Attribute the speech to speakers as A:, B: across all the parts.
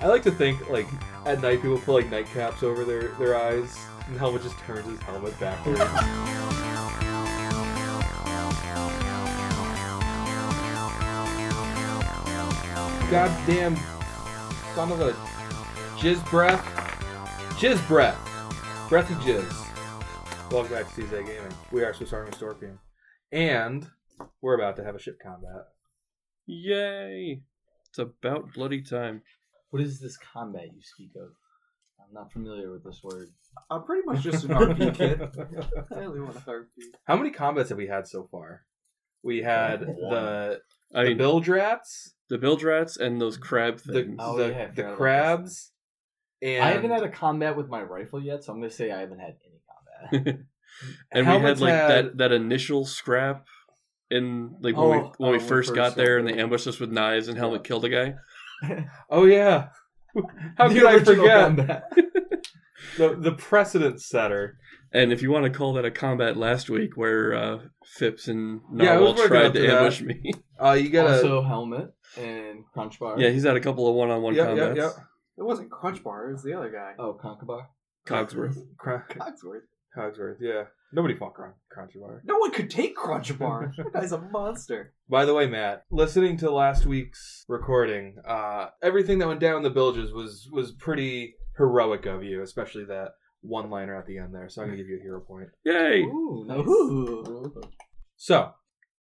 A: I like to think like at night people put like nightcaps over their their eyes, and Helmet just turns his helmet backwards. Goddamn son of a jizz breath, jizz breath, breathy jizz. Welcome back to Tuesday Gaming. We are Swiss Army Scorpion, and we're about to have a ship combat.
B: Yay! It's about bloody time.
C: What is this combat you speak of? I'm not familiar with this word.
D: I'm pretty much just an RP kid. I only want a RP.
A: How many combats have we had so far? We had the,
B: Uh, I
A: the
B: mean,
A: bilge rats,
B: the bilge rats and those crab
A: the
B: things.
C: Oh,
A: the,
C: yeah, I
A: the
C: forgot about
A: crabs, and
C: I haven't had a combat with my rifle yet, so I'm gonna say I haven't had any combat.
B: and we had
A: Helmets
B: like
A: had-
B: that that initial scrap in like when we
C: Oh,
B: when
C: oh,
B: we first got there and they ambushed us with knives and Helmet killed a guy.
A: oh yeah. How
C: The
A: could I
C: original
A: forget
C: combat.
A: the, the precedent setter?
B: And if you want to call that a combat last week where uh, Phipps and
A: Yeah, I was
B: Narwhal
A: working up
B: tried
A: to
B: to
A: that.
B: ambush me.
A: Uh, you gotta
C: Also, helmet and crunch bar.
B: yeah, he's had a couple of one on one
A: yep, yep,
B: combats.
A: yep.
D: It wasn't Crunch Bar. It was the other guy.
C: Oh, conca bar.
B: Cogsworth.
A: Cro-
D: Cogsworth.
A: Cogsworth, yeah. Nobody fought Cron- Controbar.
D: No one could take Crunch Bar. that guy's a monster.
A: By the way, Matt, listening to last week's recording, uh, everything that went down in the bilges was was pretty heroic of you, especially that one liner at the end there. So I'm gonna give you a hero point.
B: Yay!
C: Ooh, nice.
D: Ooh.
A: So,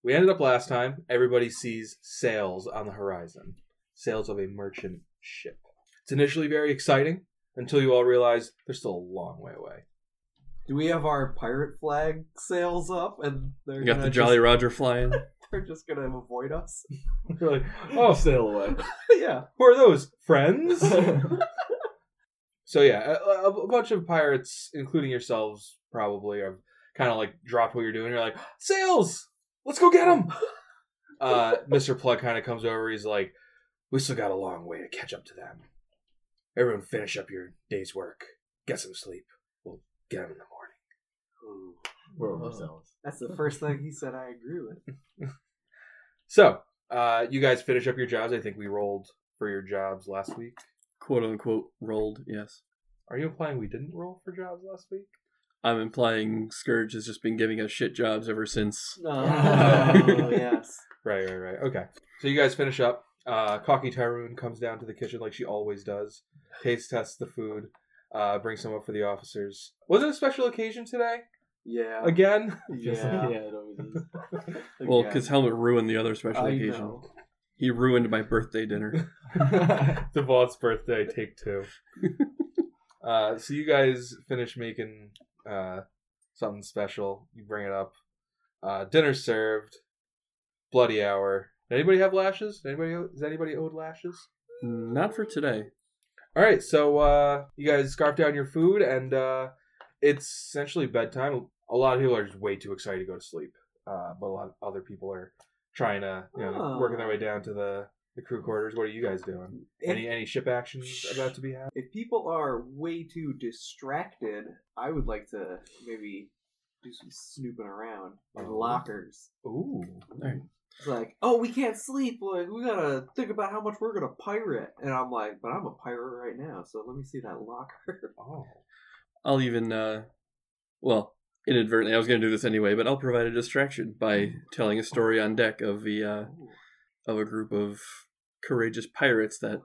A: we ended up last time. Everybody sees sails on the horizon. Sails of a merchant ship. It's initially very exciting until you all realize they're still a long way away.
D: Do we have our pirate flag sails up and they're
B: We got
D: gonna
B: the Jolly
D: just,
B: Roger flying.
D: they're just gonna avoid us?
A: You're like, oh,
C: sail away.
D: yeah.
A: who are those? Friends? so, yeah, a, a- a bunch of pirates, including yourselves, probably, have kind of like dropped what you're doing. You're like, sails! Let's go get them! Uh, Mr. Plug kind of comes over. He's like, we still got a long way to catch up to them. Everyone finish up your day's work. Get some sleep. We'll get them in the morning.
D: Ooh.
C: We're over sails.
D: That's the first thing he said I agree with.
A: So, uh, you guys finish up your jobs. I think we rolled for your jobs last week.
B: Quote unquote rolled, yes.
A: Are you implying we didn't roll for jobs last week?
B: I'm implying Scourge has just been giving us shit jobs ever since.
D: Oh, yes.
A: Right, right, right. Okay. So you guys finish up. Uh, Cocky Tyroon comes down to the kitchen like she always does. Taste tests the food. Uh, brings some up for the officers. Was it a special occasion today?
D: Yeah.
A: Again?
C: Yeah,
D: Yeah.
C: it always is.
B: Well,
D: Again.
B: because Helmet ruined the other special
D: I
B: occasion.
D: know.
B: He ruined my birthday dinner.
A: Devon's birthday, take two. uh, so you guys finish making uh, something special. You bring it up. Uh, dinner served. Bloody hour. Did anybody have lashes? Did anybody? Is anybody owed lashes?
B: Not for today.
A: All right, so uh, you guys scarf down your food, and uh, it's essentially bedtime. A lot of people are just way too excited to go to sleep, uh, but a lot of other people are trying to, you know,
D: Oh.
A: working their way down to the, the crew quarters. What are you guys doing? Any
D: If-
A: any ship actions about to be had?
D: if people are way too distracted, I would like to maybe do some snooping around in lockers.
A: Ooh,
D: It's like, oh, we can't sleep. Like, we gotta think about how much we're gonna pirate. And I'm like, but I'm a pirate right now, so let me see that locker.
A: oh,
B: I'll even, uh, well, inadvertently, I was going to do this anyway, but I'll provide a distraction by telling a story on deck of the uh, of a group of courageous pirates that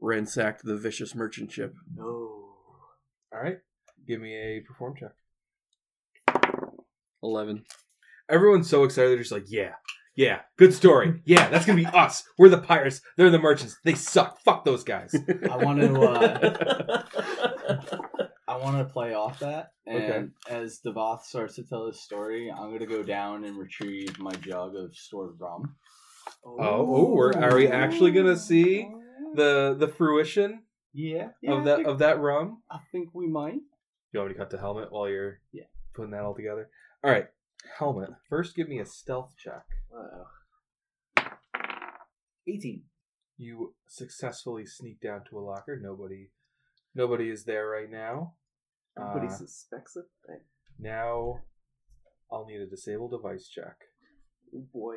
B: ransacked the vicious merchant ship.
D: No.
A: all right. Give me a perform check.
B: Eleven.
A: Everyone's so excited. They're just like, yeah, yeah, good story. Yeah, that's gonna be us. We're the pirates. They're the merchants. They suck. Fuck those guys.
C: I want to. Uh, I want to play off that, and as Devoth starts to tell his story, I'm gonna go down and retrieve my jug of stored rum.
D: Oh,
A: oh, we're- are we actually gonna see the the fruition
C: Yeah, yeah,
A: of
C: I
A: that
C: think-
A: of that rum.
C: I think we might.
A: You want me to cut the helmet while you're
C: Yeah.
A: putting that all together? All right, helmet. First, give me a stealth check.
D: Uh-oh. 18.
A: You successfully sneak down to a locker. Nobody, nobody is there right now.
D: Nobody
A: Uh,
D: suspects a thing.
A: Now, I'll need a disable device check.
D: Oh boy.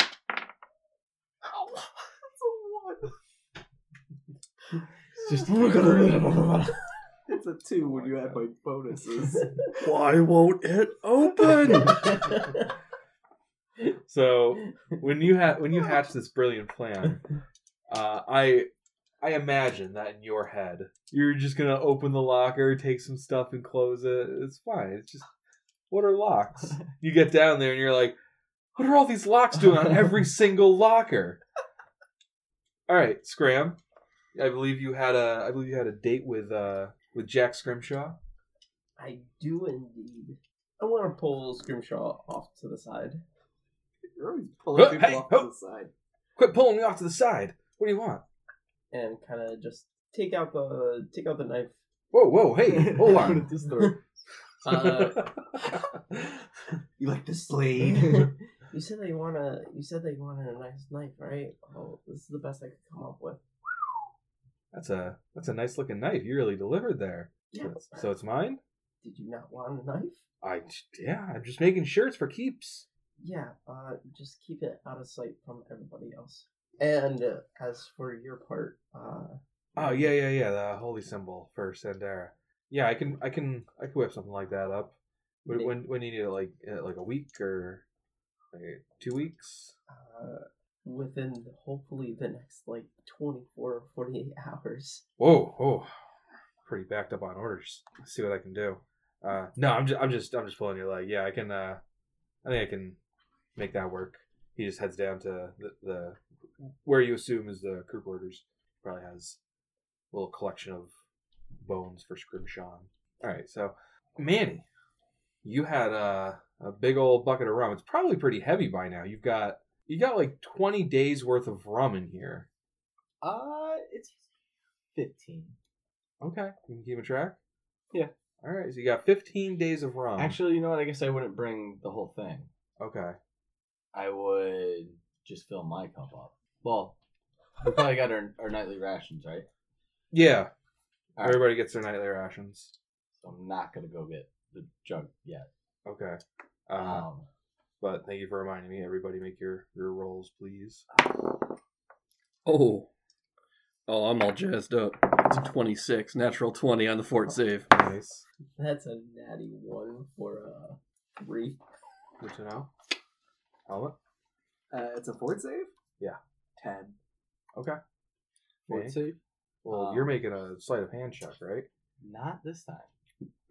D: Oh, that's a one.
C: just
D: It's a
A: Oh
D: two when you add my bonuses.
B: Why won't it open?
A: So when you ha- when you hatch this brilliant plan, uh, I I imagine that in your head you're just gonna open the locker, take some stuff, and close it. It's fine. It's just what are locks? You get down there and you're like, what are all these locks doing on every single locker? All right, Scram. I believe you had a I believe you had a date with uh with Jack Scrimshaw.
E: I do indeed. I want to pull Scrimshaw off to the side.
D: You're always pulling
A: Oh,
D: people
A: hey,
D: off
A: oh.
D: to the side.
A: Quit pulling me off to the side. What do you want?
E: and kind of just take out the take out the knife.
A: Whoa, whoa, hey, hold on.
E: Uh,
D: You like to slay?
E: you said that you wanna you said that you wanted a nice knife, right? Oh, this is the best I could come up with.
A: That's a that's a nice looking knife. You really delivered there.
E: Yeah.
A: So it's mine.
E: Did you not want a knife?
A: I yeah. I'm just making sure it's for keeps.
E: Yeah. Uh, just keep it out of sight from everybody else. And uh, as for your part, uh,
A: Oh yeah, yeah, yeah. The holy symbol for Sandara. Yeah, I can I can I can whip something like that up. When when, when you need it, like uh, like a week or like two weeks.
E: uh, within hopefully the next like twenty four or forty eight hours.
A: Whoa, whoa. Pretty backed up on orders. Let's see what I can do. Uh, no, I'm just I'm just I'm just pulling your leg. Yeah, I can. Uh, I think I can make that work. He just heads down to the, the where you assume is the crew quarters. Probably has a little collection of bones for Scrimshaw. All right, so Manny, you had a a big old bucket of rum. It's probably pretty heavy by now. You've got you got like 20 days worth of rum in here.
C: Uh, it's fifteen.
A: Okay, you can keep a track.
C: Yeah.
A: All right, so you got 15 days of rum.
C: Actually, you know what? I guess I wouldn't bring the whole thing.
A: okay.
C: I would just fill my cup up. Well, we probably got our, our nightly rations, right?
A: Yeah.
C: All right.
A: Everybody gets their nightly rations.
C: So I'm not gonna go get the jug yet.
A: Okay. Uh,
C: Um,
A: but thank you for reminding me. Everybody, make your your rolls, please.
B: Oh. Oh, I'm all jazzed up. It's a 26, natural 20 on the fort save.
C: Uh-huh.
A: Nice.
E: That's a natty one for uh three.
A: Good to know. Helmet.
D: Uh, it's a fort save?
A: Yeah.
D: Ten.
A: Manny?
C: fort save?
A: Well,
C: Um,
A: you're making a sleight of hand check, right?
C: Not this time.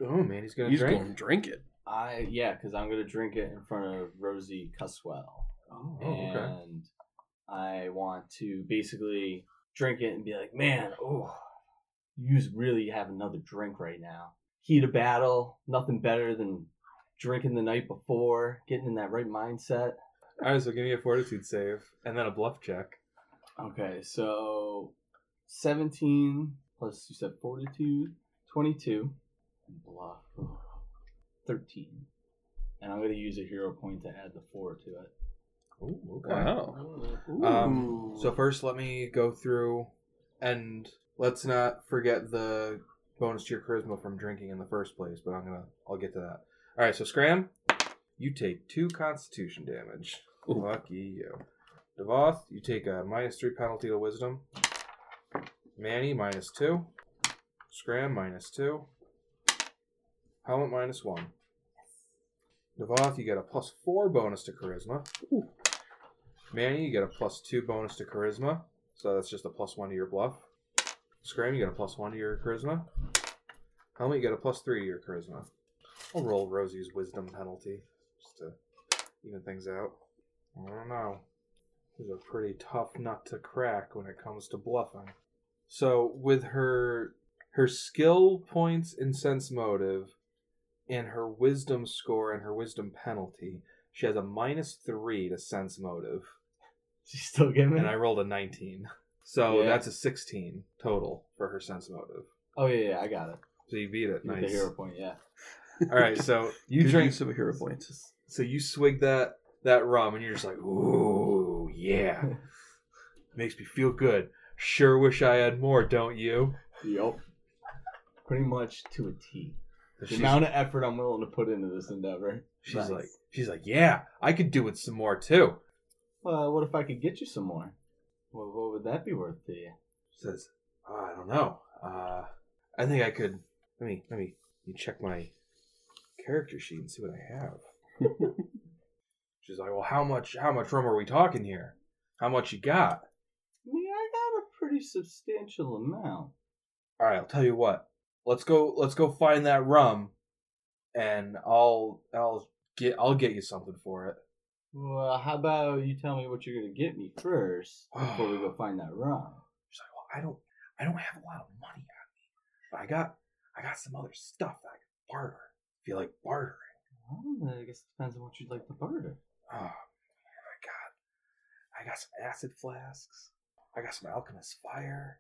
A: Oh man, he's gonna
B: He's
A: drink.
B: going to drink it.
C: I yeah, because I'm gonna drink it in front of Rosie Cuswell,
D: Oh.
A: Oh, okay.
C: and I want to basically drink it and be like, man, oh, you just really have another drink right now. Heat of battle, nothing better than drinking the night before, getting in that right mindset.
A: All right, so give me a fortitude save and then a bluff check.
C: Okay, so 17 plus you said 42, 22, blah, 13. And I'm going to use a hero point to add the 4 to it.
A: Oh,
B: Wow.
A: Um,
D: Ooh.
A: so first, let me go through, and let's not forget the bonus to your charisma from drinking in the first place. But I'm gonna, I'll get to that. All right. So Scram, you take two Constitution damage.
B: Ooh.
A: Lucky you. Devoth, you take a minus three penalty to Wisdom. Manny minus two. Scram minus two. Helmet minus one. Devoth, you get a plus four bonus to Charisma. Manny, you get a plus two bonus to charisma, so that's just a plus one to your bluff. Scram, you get a plus one to your charisma. Helmet, you get a plus three to your charisma. I'll roll Rosie's wisdom penalty just to even things out. I don't know. This is a pretty tough nut to crack when it comes to bluffing. So with her her skill points in sense motive, and her wisdom score and her wisdom penalty, she has a minus three to sense motive,
C: She's still giving
A: and I rolled a nineteen, so
C: Yeah.
A: that's a sixteen total for her sense motive.
C: Oh, yeah, yeah, I got it.
A: So you beat it,
C: With the
A: nice.
C: hero point, yeah.
A: All right, so you
B: You Good
A: drink,
B: use of a hero point.
A: so you swig that that rum, and you're just like, ooh, yeah, makes me feel good. Sure, wish I had more, don't you?
C: Yup. Pretty much to a T. The
A: She's,
C: amount of effort I'm willing to put into this endeavor.
A: she's
E: Nice.
A: like, she's like, yeah, I could do with some more too.
C: Well, what if I could get you some more? Well, what would that be worth to you?
A: Says, Uh, I don't know. Uh, I think I could. Let me let me let me check my character sheet and see what I have. She's like, well, how much how much room are we talking here? How much you got?
C: I mean, I got a pretty substantial amount.
A: All right, I'll tell you what. Let's go. Let's go find that rum, and I'll I'll get I'll get you something for it.
C: Well, how about you tell me what you're gonna get me first before we go find that rum?
A: She's like, well, I don't I don't have a lot of money on me, but I got I got some other stuff that I can barter. If you like bartering,
C: Well, I guess it depends on what you'd like to barter.
A: oh man, I got I got some acid flasks. I got some alchemist fire.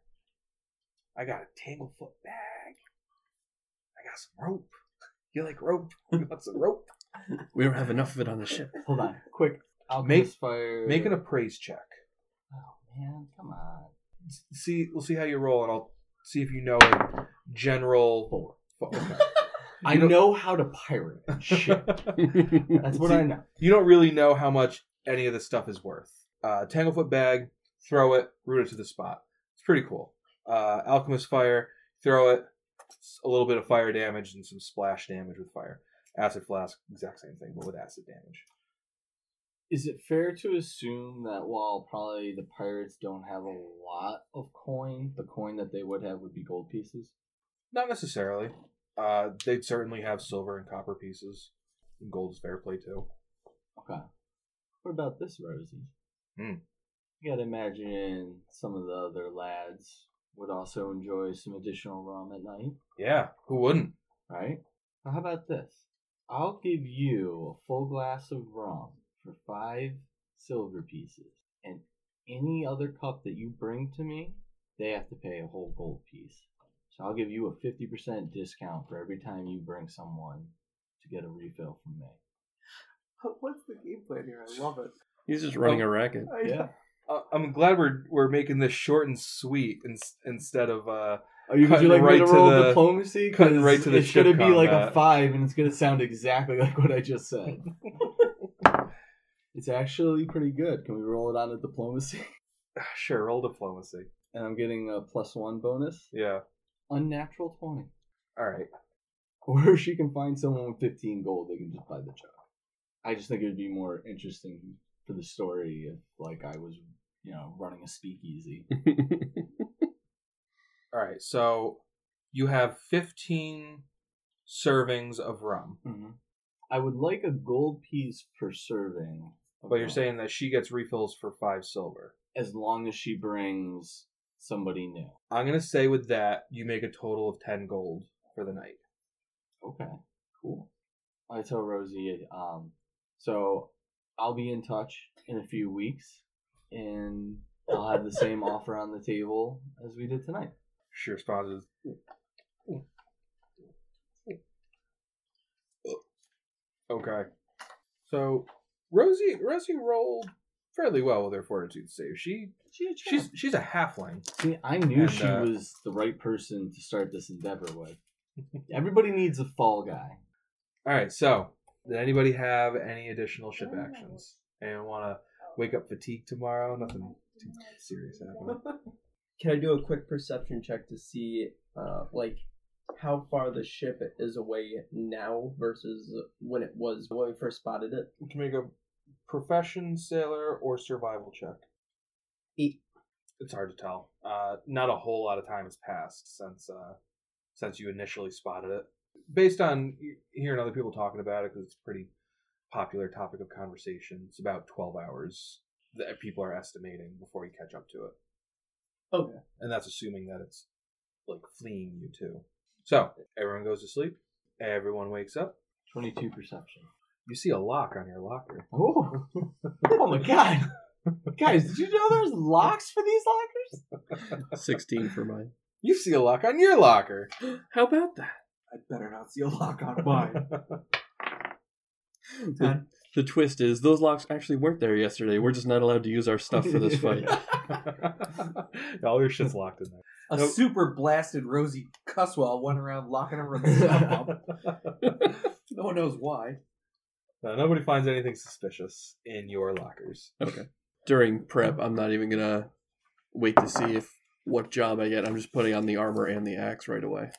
A: I got a tanglefoot bag. I got some rope. You like rope? You want some rope?
B: We don't have enough of it on the ship.
C: Hold on, quick. Alchemist fire.
A: Make an appraise check.
C: Oh man, come on.
A: S- See, we'll see how you roll, and I'll see if you know a general.
C: Four.
A: Well, okay.
C: I
A: don't-
C: know how to pirate and shit. That's what I know.
A: you don't really know how much any of this stuff is worth. Uh, Tanglefoot bag, throw it, root it to the spot. It's pretty cool. Uh, Alchemist fire, throw it, s- a little bit of fire damage and some splash damage with fire. Acid flask, exact same thing, but with acid damage.
C: Is it fair to assume that while probably the pirates don't have a lot of coin, the coin that they would have would be gold pieces?
A: Not necessarily. Uh, they'd certainly have silver and copper pieces. And gold is fair play too.
C: Okay. What about this, Rosie?
A: Hmm.
C: You gotta imagine some of the other lads would also enjoy some additional rum at night,
A: Yeah, who wouldn't?
C: right? Now how about this? I'll give you a full glass of rum for five silver pieces, and any other cup that you bring to me, they have to pay a whole gold piece. So I'll give you a 50% discount for every time you bring someone to get a refill from me.
D: What's the game plan here? I love it.
B: He's just running a racket.
D: I,
C: Yeah.
A: Uh, I'm glad we're we're making this short and sweet in, instead of uh,
C: Are you, would
A: Cutting
C: you like
A: right
C: me to
A: to
C: roll
A: the-
C: diplomacy? 'Cause
A: cutting right to the
C: It's
A: ship
C: gonna be like a
A: combat.
C: five, and it's gonna sound exactly like what I just said. it's actually pretty good. Can we roll it on a diplomacy?
A: sure roll diplomacy.
C: And I'm getting a plus one bonus,
A: Yeah.
C: unnatural twenty.
A: All right.
C: Or she can find someone with fifteen gold, they can just buy the job. I just think it would be more interesting for the story if, like, I was, you know, running a speakeasy.
A: All right. So you have 15 servings of rum.
C: I would like a gold piece per serving. of
A: But you're
C: rum.
A: saying that she gets refills for 5 silver.
C: as long as she brings somebody new.
A: I'm going to say with that you make a total of 10 gold for the night.
C: Okay, cool. I tell Rosie, um, so I'll be in touch in a few weeks, and I'll have the same offer on the table as we did tonight.
A: She responds with Okay. So Rosie Rosie rolled fairly well with her fortitude save. She
C: She,
A: she's she's a halfling.
C: See, I knew
A: And,
C: she
A: uh,
C: was the right person to start this endeavor with. Everybody needs a fall guy.
A: All right. So, did anybody have any additional ship actions? Anyone want to wake up fatigued tomorrow? Nothing too serious happening.
E: Can I do a quick perception check to see, uh, like, how far the ship is away now versus when it was when we first spotted it?
A: You can make a profession, sailor, or survival check.
E: Eight.
A: E, It's hard to tell. Uh, not a whole lot of time has passed since uh, since you initially spotted it. Based on y- hearing other people talking about it, because it's a pretty popular topic of conversation. It's about twelve hours that people are estimating before you catch up to it.
E: Okay.
A: and that's assuming that it's like fleeing you too. So everyone goes to sleep. Everyone wakes up.
C: Twenty-two perception.
A: You see a lock on your locker.
C: Oh, oh my god, guys! Did you know there's locks for these lockers?
B: 16 for mine.
A: You see a lock on your locker.
B: How about that?
D: I better not see a lock on mine.
B: The, the twist is those locks actually weren't there yesterday. We're just not allowed to use our stuff for this fight.
A: All your shit's locked in there.
D: A
A: Nope.
D: super blasted Rosie Cusswell went around locking everyone's stuff up. No one knows why.
A: No, Uh, nobody finds anything suspicious in your lockers.
B: During prep, I'm not even gonna wait to see if what job I get. I'm just putting on the armor and the axe right away.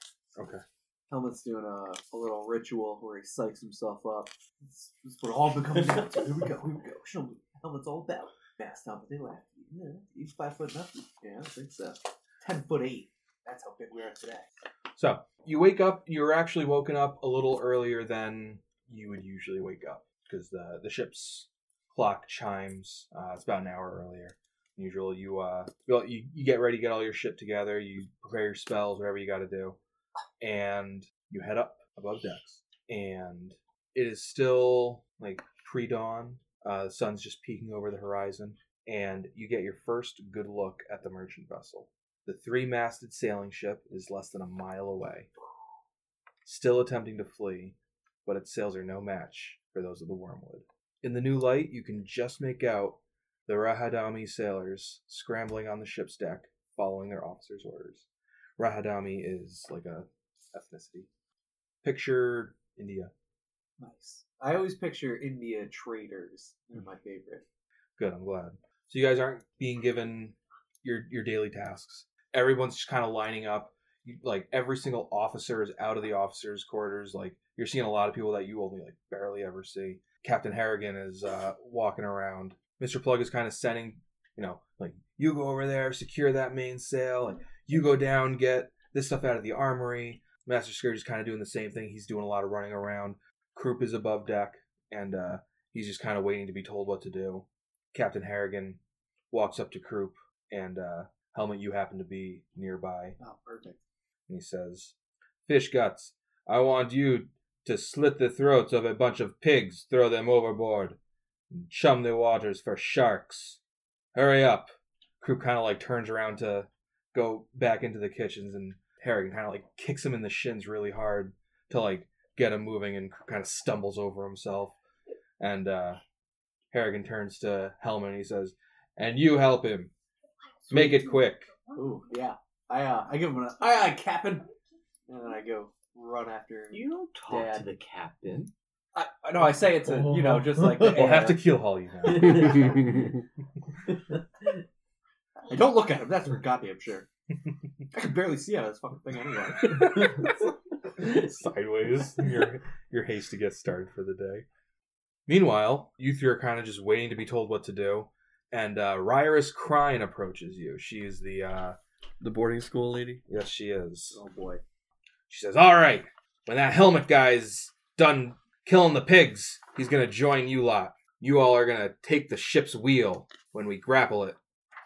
D: Helmet's doing a, a little ritual where he psychs himself up. This, this is what it all becomes down to. Here we go, here we go. Show me what Helmet's all about. Fast helmet, they laugh. at you. Yeah, he's five foot nothing. Yeah, I think so. Ten foot eight. That's how big we are today.
A: So you wake up. You're actually woken up a little earlier than you would usually wake up because the the ship's clock chimes. Uh, it's about an hour earlier than usual. You uh you, you you get ready, get all your shit together. You prepare your spells, whatever you got to do, and you head up above decks. And it is still like pre dawn. Uh, the sun's just peeking over the horizon, and you get your first good look at the merchant vessel. The three masted sailing ship is less than a mile away, still attempting to flee, but its sails are no match for those of the Wormwood. In the new light, you can just make out the Rahadami sailors scrambling on the ship's deck, following their officers' orders. Rahadami is like a ethnicity. Picture India.
D: Nice. I always picture India traders. They're my favorite.
A: Good, I'm glad. So you guys aren't being given your your daily tasks. Everyone's just kind of lining up. You, like every single officer is out of the officers' quarters. Like you're seeing a lot of people that you only like barely ever see. Captain Harrigan is uh, walking around. Mister Plug is kind of sending, you know, like you go over there, secure that mainsail, and you go down, get this stuff out of the armory. Master Scourge is kind of doing the same thing. He's doing a lot of running around. Krupp is above deck, and uh, he's just kind of waiting to be told what to do. Captain Harrigan walks up to Krupp and uh, Helmet, you happen to be nearby,
D: Oh, perfect.
A: and he says, "Fish guts, I want you to slit the throats of a bunch of pigs, throw them overboard, and chum the waters for sharks. Hurry up!" Crew kind of like turns around to go back into the kitchens, and Harrigan kind of like kicks him in the shins really hard to like get him moving, and kind of stumbles over himself. And uh, Harrigan turns to Helmet and he says, "And you help him. Make it quick."
D: Ooh, yeah. I uh, I give him an aye aye, Captain, and then I go run after.
C: You don't talk to the captain.
D: I I know I say it to you know just like the
A: We'll have to
D: air.
A: keel haul you now.
D: I don't look at him. That's for goddamn sure. I can barely see out of this fucking thing anyway.
A: Sideways. Your your haste to get started for the day. Meanwhile, you three are kind of just waiting to be told what to do, and uh, Ryrus Crine approaches you. She is the uh,
B: the boarding school lady.
A: yes, she is.
D: Oh boy.
A: She says, "All right, when that helmet guy's done killing the pigs, he's gonna join you lot. You all are gonna take the ship's wheel when we grapple it.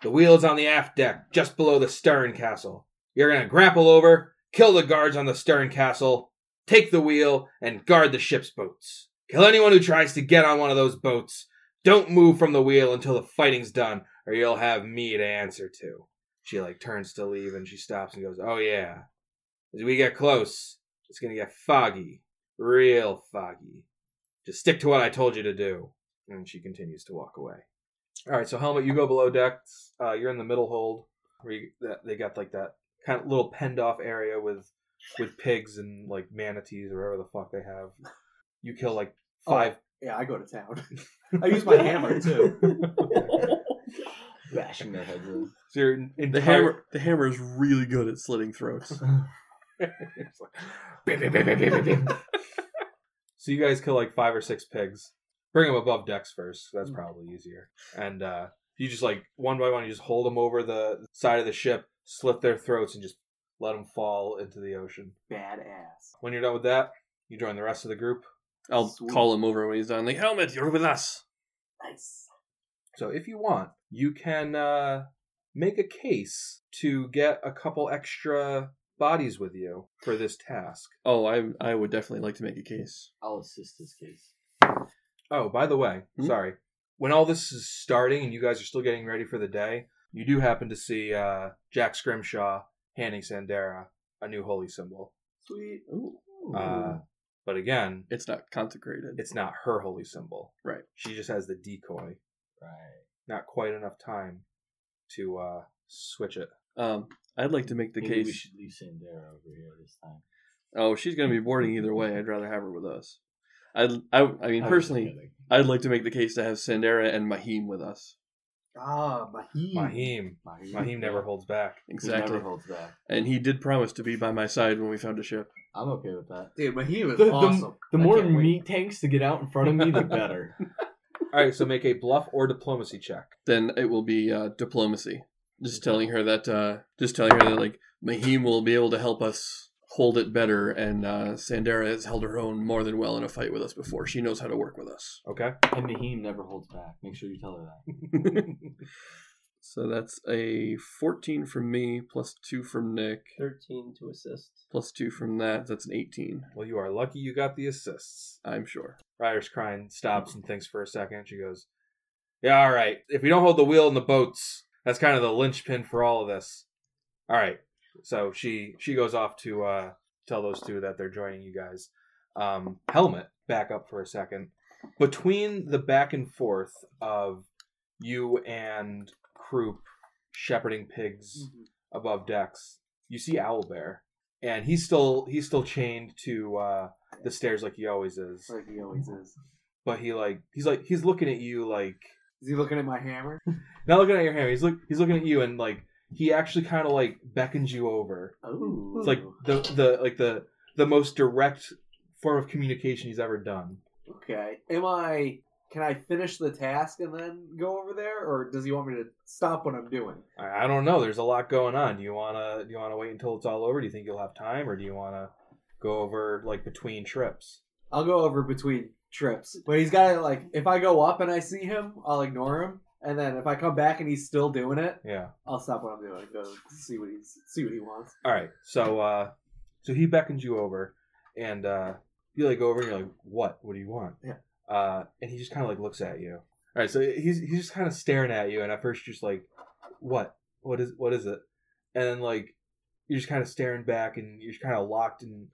A: The wheel's on the aft deck, just below the stern castle. You're gonna grapple over, kill the guards on the stern castle, take the wheel, and guard the ship's boats. Kill anyone who tries to get on one of those boats. Don't move from the wheel until the fighting's done, or you'll have me to answer to." She like turns to leave and she stops and goes, "Oh yeah." As we get close, it's gonna get foggy. Real foggy. Just stick to what I told you to do. And she continues to walk away. Alright, so Helmet, you go below decks. Uh, you're in the middle hold. Where you, that, they got like that kind of little penned off area with with pigs and like manatees or whatever the fuck they have. You kill like
B: Oh.
A: five.
D: Yeah, I go to town. I use my hammer too.
C: Bashing their heads in.
A: So you're in,
B: The hammer, the hammer is really good at slitting throats.
A: It's like, bim, bim, bim, bim, bim, bim, bim. so you guys kill like five or six pigs. Bring them above decks first. That's probably easier. And uh, you just like one by one, you just hold them over the side of the ship, slit their throats, and just let them fall into the ocean.
D: Badass.
A: When you're done with that, you join the rest of the group.
B: I'll
D: Sweet.
B: call him over when he's done. Like helmet, you're with us.
D: Nice.
A: So if you want, you can uh, make a case to get a couple extra bodies with you for this task.
B: Oh, I I would definitely like to make a case.
C: I'll assist this case.
A: Oh, by the way,
B: Hmm?
A: sorry. When all this is starting and you guys are still getting ready for the day, you do happen to see uh, Jack Scrimshaw handing Sandera a new holy symbol.
D: Sweet.
A: Uh, but again,
B: It's not consecrated.
A: it's not her holy symbol.
B: Right.
A: She just has the decoy.
C: Right.
A: Not quite enough time to uh, switch it.
B: Um, I'd like to make the
C: Maybe
B: case.
C: we should leave Sandera over here this time.
B: Oh, she's gonna be boarding either way. I'd rather have her with us. I'd, I I mean
C: I'm
B: personally,
C: just kidding.
B: I'd like to make the case to have Sandera and Mahim with us.
D: Ah, Mahim.
B: Hmm.
A: Mahim.
C: Mahim,
A: Mahim never holds back.
C: He
B: Exactly.
C: never holds back.
B: And he did promise to be by my side when we found a ship.
C: I'm okay with that.
D: Dude, Mahim is
C: The- the-
D: awesome.
C: The
D: I
C: more
D: can't wait.
C: meat tanks to get out in front of me, the better.
A: All right, so make a bluff or diplomacy check.
B: Then it will be uh, diplomacy. Just telling her that, uh, just telling her that, like, Mahim will be able to help us hold it better, and uh, Sandera has held her own more than well in a fight with us before. She knows how to work with us.
A: Okay.
C: And Mahim never holds back. Make sure you tell her that.
B: so that's a 14 from me, plus 2 from Nick,
E: Thirteen to assist.
B: plus 2 from that. That's an 18,
A: Well, you are lucky you got the assists.
B: I'm sure.
A: Ryder's crying, stops and thinks for a second. She goes, "Yeah, all right. If we don't hold the wheel and the boats, that's kind of the linchpin for all of this." All right. So she she goes off to uh, tell those two that they're joining you guys. Um, helmet back up for a second. Between the back and forth of you and Croup shepherding pigs
D: Mhm.
A: above decks, you see Owlbear, and he's still he's still chained to uh, the stairs like he always is
D: It's like he always is.
A: but he like he's like he's looking at you like
D: Is he looking at my hammer?
A: not looking at your hand. He's look he's looking at you and like he actually kind of like beckons you over.
D: Oh,
A: It's like the the like the the most direct form of communication he's ever done.
D: okay. Am I? Can I finish the task and then go over there, or does he want me to stop what I'm doing?
A: I, I don't know. There's a lot going on. Do you wanna do you wanna wait until it's all over? Do you think you'll have time, or do you wanna go over like between trips?
D: I'll go over between trips, but he's got to like. If I go up and I see him, I'll ignore him, and then if I come back and he's still doing it,
A: Yeah.
D: I'll stop what I'm doing and go see what he's see what he wants.
A: All right. So uh, so he beckons you over, and uh, you like go over and you're like, "What? What do you want?"
D: Yeah.
A: Uh, and he just kind of like looks at you. All right. So he's he's just kind of staring at you, and at first you're just like, "What? What is what is it?" And then like you're just kind of staring back, and you're just kind of locked and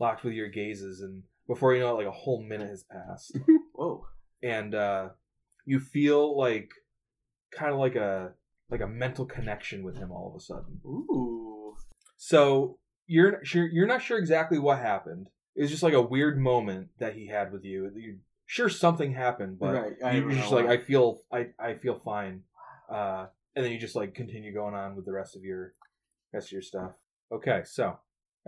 A: locked with your gazes, and before you know it, like a whole minute has passed
D: Whoa.
A: and uh, you feel like kind of like a like a mental connection with him all of a sudden.
D: Ooh.
A: So you're sure you're not sure exactly what happened. It was just like a weird moment that he had with you. You're sure something happened, but
D: right. I
A: you,
D: don't
A: are
D: know
A: just like
D: why.
A: I feel I I feel fine. Uh, and then you just like continue going on with the rest of your rest of your stuff. Okay, so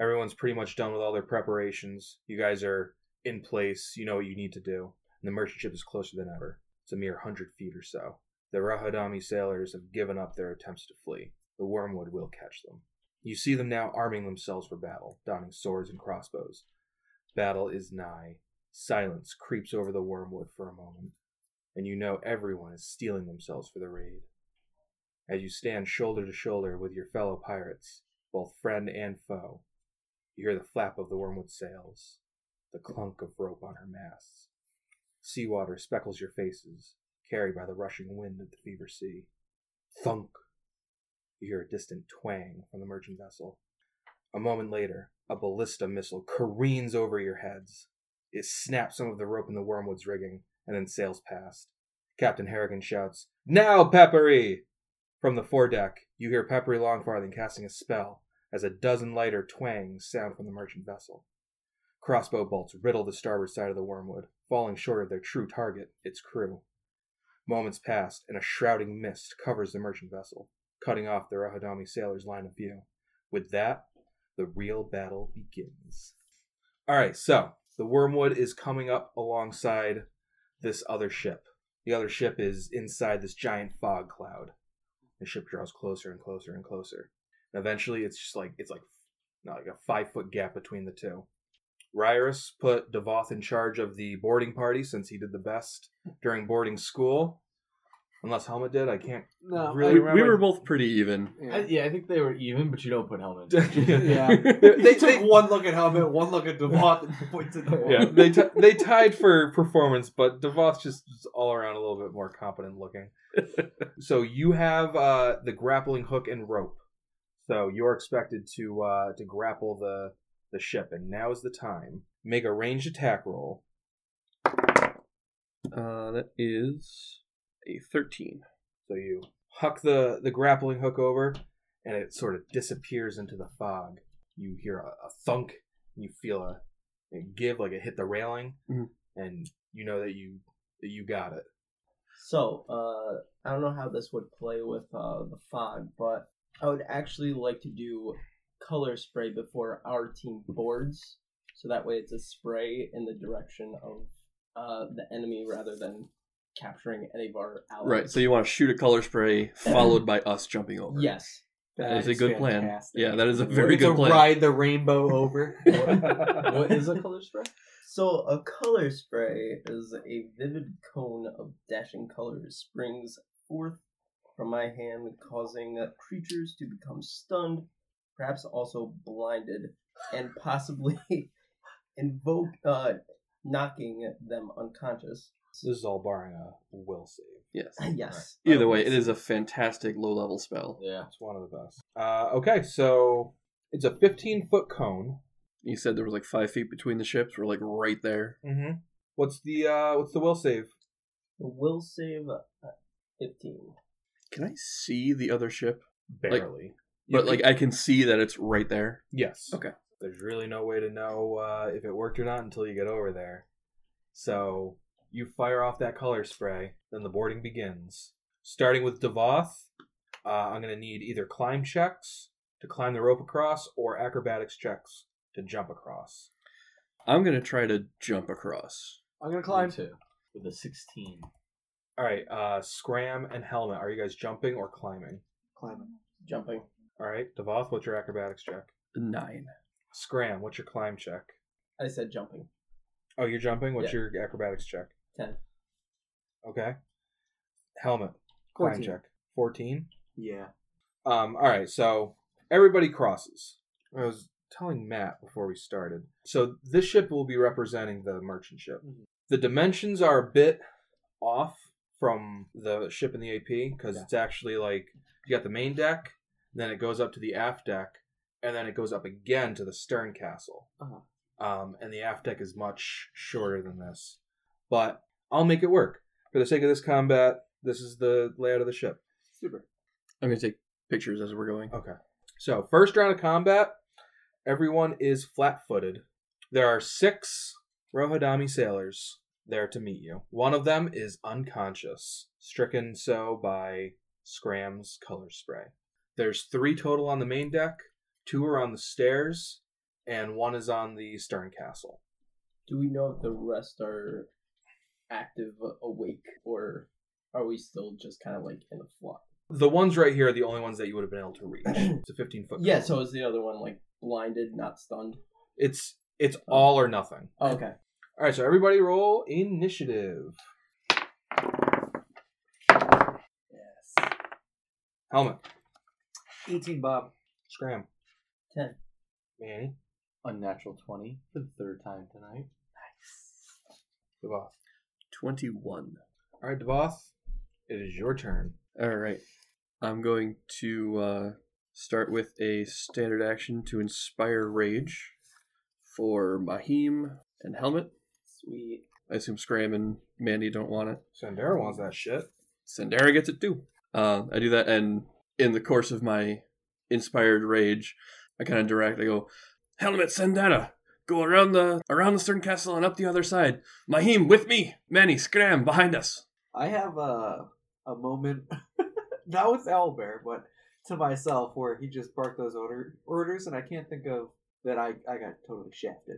A: everyone's pretty much done with all their preparations. You guys are in place. You know what you need to do. And the merchant ship is closer than ever. It's a mere hundred feet or so. The Rahadami sailors have given up their attempts to flee. The wormwood will catch them. You see them now arming themselves for battle, donning swords and crossbows. Battle is nigh. Silence creeps over the wormwood for a moment, and you know everyone is steeling themselves for the raid. As you stand shoulder to shoulder with your fellow pirates, both friend and foe, you hear the flap of the wormwood sails, the clunk of rope on her masts. Seawater speckles your faces, carried by the rushing wind of the fever sea. Thunk! You hear a distant twang from the merchant vessel. A moment later, a ballista missile careens over your heads. It snaps some of the rope in the wormwood's rigging and then sails past. Captain Harrigan shouts, Now, Peppery! From the foredeck, you hear Peppery Longfarthing casting a spell as a dozen lighter twangs sound from the merchant vessel. Crossbow bolts riddle the starboard side of the wormwood, falling short of their true target, its crew. Moments pass, and a shrouding mist covers the merchant vessel, cutting off the Rahadami sailors' line of view. With that, the real battle begins. All right, so the Wormwood is coming up alongside this other ship. The other ship is inside this giant fog cloud. The ship draws closer and closer and closer. And eventually, it's just like it's like not like a five foot gap between the two. Ryrus put Devoth in charge of the boarding party since he did the best during boarding school. Unless Helmet did, I can't
D: no.
A: really
B: We,
D: I-
B: we
A: remember-
B: were both pretty even.
C: I, yeah, I think they were even, but you don't put helmet.
D: Yeah. they took one look at helmet, one look at Devoth, and pointed the
A: yeah,
D: wall.
A: they t- they tied for performance, but Devoth just is all around a little bit more competent looking. so you have uh, the grappling hook and rope. So you're expected to uh, to grapple the the ship, and now is the time. Make a ranged attack roll.
B: Uh, that is a 13.
A: So you huck the the grappling hook over, and it sort of disappears into the fog. You hear a, a thunk, and you feel a, it give like it hit the railing,
B: Mhm.
A: and you know that you that you got it.
E: So, uh, I don't know how this would play with uh, the fog, but I would actually like to do color spray before our team boards, so that way it's a spray in the direction of uh, the enemy rather than capturing any of our allies.
B: Right. So you want to shoot a color spray followed by us jumping over.
E: yes,
B: that is, a good
D: fantastic.
B: plan. Yeah, that is a very
D: It's
B: good
D: a
B: plan.
D: ride the rainbow over.
C: what is a color spray?
E: So, a color spray is a vivid cone of dashing colors springs forth from my hand, causing creatures to become stunned, perhaps also blinded, and possibly invoke, uh, knocking them unconscious.
A: This is all barring a will save.
B: Yes.
E: yes.
B: Either way, it is a fantastic low level spell.
C: Yeah.
A: That's one of the best. Uh, okay, so it's a 15 foot cone.
B: You said there was like five feet between the ships. We're like right there.
A: Mm-hmm. What's the uh, what's the will save?
E: The will save uh, 15.
B: Can I see the other ship?
A: Barely.
B: But like I can see that it's right there.
A: yes.
B: Okay.
A: There's really no way to know uh, if it worked or not until you get over there. So you fire off that color spray, then the boarding begins. Starting with Devoth, uh, I'm going to need either climb checks to climb the rope across or acrobatics checks to jump across.
B: I'm gonna try to jump across.
D: I'm gonna
C: Climb
D: climb.
C: two with a sixteen.
A: All right, uh, Scram and Helmet, are you guys jumping or climbing?
D: Climbing.
E: Jumping.
A: All right, Devoth, what's your acrobatics check?
B: Nine.
A: Scram, what's your climb check?
E: I said jumping.
A: Oh, you're jumping? What's your acrobatics check?
E: Ten.
A: Okay. Helmet, climb
D: 14.
A: check. 14?
D: Yeah.
A: Um, all right, so everybody crosses. I was telling Matt before we started. So this ship will be representing the merchant ship.
D: Mhm.
A: The dimensions are a bit off from the ship in the AP because it's actually like you got the main deck, then it goes up to the aft deck, and then it goes up again to the stern castle.
D: Uh-huh.
A: Um, and the aft deck is much shorter than this, but I'll make it work for the sake of this combat. This is the layout of the ship.
D: Super.
B: I'm gonna take pictures as we're going.
A: Okay. So first round of combat, everyone is flat-footed. There are six Rohadami sailors there to meet you. One of them is unconscious, stricken so by Scram's color spray. There's three total on the main deck. Two are on the stairs, and one is on the stern castle.
E: Do we know if the rest are active, awake, or are we still just kind of like in a flop?
A: The ones right here are the only ones that you would have been able to reach. It's a 15 foot.
E: Yeah, so is the other one like blinded, not stunned?
A: it's it's all or nothing.
E: Oh. okay.
A: All right, so everybody roll initiative.
D: Yes.
A: Helmet,
D: 18, Bob.
A: scram.
E: Ten.
A: Manny,
C: Unnatural twenty for the third time tonight.
A: Devoth.
B: Twenty one.
A: All right, Devoth, it is your turn.
B: All right. I'm going to uh, start with a standard action to inspire rage for Mahim and Helmet.
E: Sweet.
B: I assume Scram and Mandy don't want it.
A: Sandera wants that shit.
B: Sandera gets it too. Uh, I do that, and in the course of my inspired rage, I kind of direct. I go, Helmet, Sandera, go around the around the stern castle and up the other side. Mahim with me. Manny, Scram behind us.
D: I have a a moment not with Owlbear, but to myself where he just barked those order orders and I can't think of that I, I got totally shafted.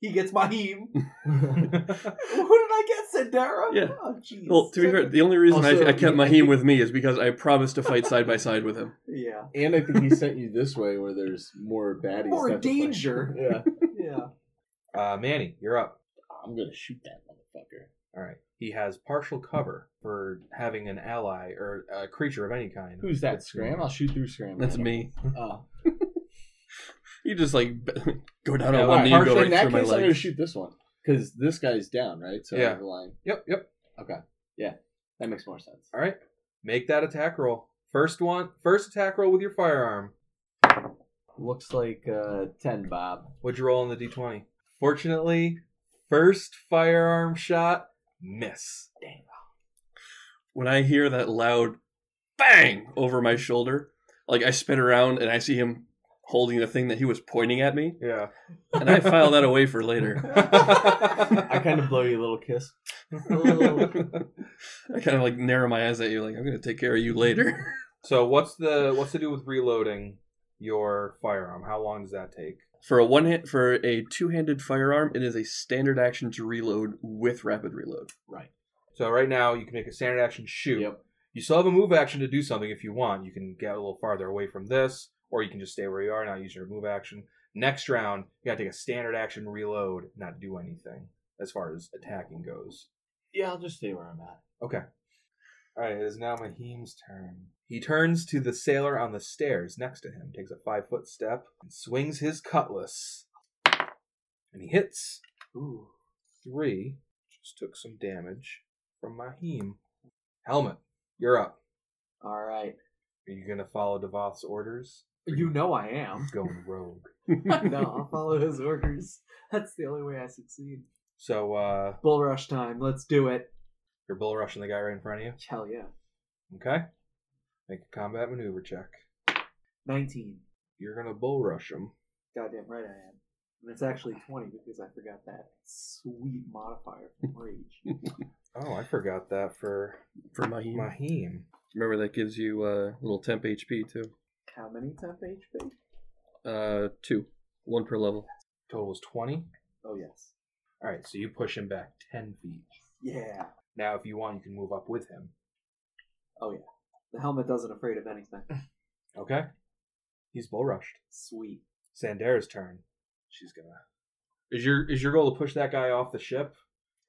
D: He gets my heme. Who did I get? Sandera?
B: Yeah.
D: Oh jeez.
B: Well, to be fair, the only reason
F: Also,
B: I, I kept
F: you-
B: Mahim with me is because I promised to fight side by side with him.
D: Yeah.
F: And I think he sent you this way where there's more baddies.
D: More
F: That's the plan.
D: danger.
F: Yeah.
D: Yeah.
A: Uh, Manny, you're up.
F: I'm gonna shoot that motherfucker.
A: All right. He has partial cover for having an ally or a creature of any kind.
F: Who's that? Scram? I'll shoot through Scram.
B: That's me.
F: Oh.
B: You just like b- go down
A: Yeah,
B: on one
A: alright,
B: knee and go
F: So
B: right
F: in that
B: through
F: case,
B: my
F: I'm gonna
B: leg.
F: shoot this one because this guy's down, right? So
A: Yeah.
F: I'm lying.
A: Yep, yep.
F: That makes more sense.
A: All right. Make that attack roll. First one, first attack roll with your firearm.
C: Looks like uh, ten, Bob.
A: What'd you roll on the d20? Fortunately, first firearm shot, miss.
B: When I hear that loud bang over my shoulder, like I spin around and I see him holding the thing that he was pointing at me,
A: Yeah.
B: and I file that away for later.
C: I kind of blow you a little kiss.
B: I kind of like narrow my eyes at you, like I'm gonna take care of you later.
A: So what's the what's to do with reloading your firearm? How long does that take?
B: for a one hand, for a two-handed firearm, it is a standard action to reload with rapid reload.
C: Right.
A: So right now you can make a standard action shoot.
C: Yep.
A: You still have a move action to do something if you want. You can get a little farther away from this, or you can just stay where you are and not use your move action. Next round, you gotta take a standard action reload, not do anything as far as attacking goes.
C: Yeah, I'll just stay where I'm at.
A: Alright, it is now Mahim's turn. He turns to the sailor on the stairs next to him, takes a five foot step, and swings his cutlass. And he hits.
D: Ooh.
A: three just took some damage from Mahim. Helmet, you're up.
D: All right.
A: Are you gonna follow Devoth's orders?
D: You know I am.
A: Going rogue.
D: no, I'll follow his orders. That's the only way I succeed.
A: So uh
D: Bull rush time. Let's do it.
A: you're bull rushing the guy right in front of you.
D: Hell yeah.
A: Okay. Make a combat maneuver check.
D: 19.
A: You're gonna bull rush him.
D: Goddamn right I am. And it's actually 20 because I forgot that sweet modifier from Rage.
A: Oh, I forgot that for
B: For my,
A: Mahim.
B: remember that gives you a uh, little temp HP too.
D: How many temp HP?
B: Uh, two, one per level.
A: Total is twenty.
D: Oh, yes.
A: Alright, so you push him back ten feet.
D: Yeah.
A: Now if you want you can move up with him.
D: The helmet doesn't afraid of anything.
A: Okay? He's bull rushed.
D: Sweet.
A: Sandera's turn. She's gonna. Is your is your goal to push that guy off the ship?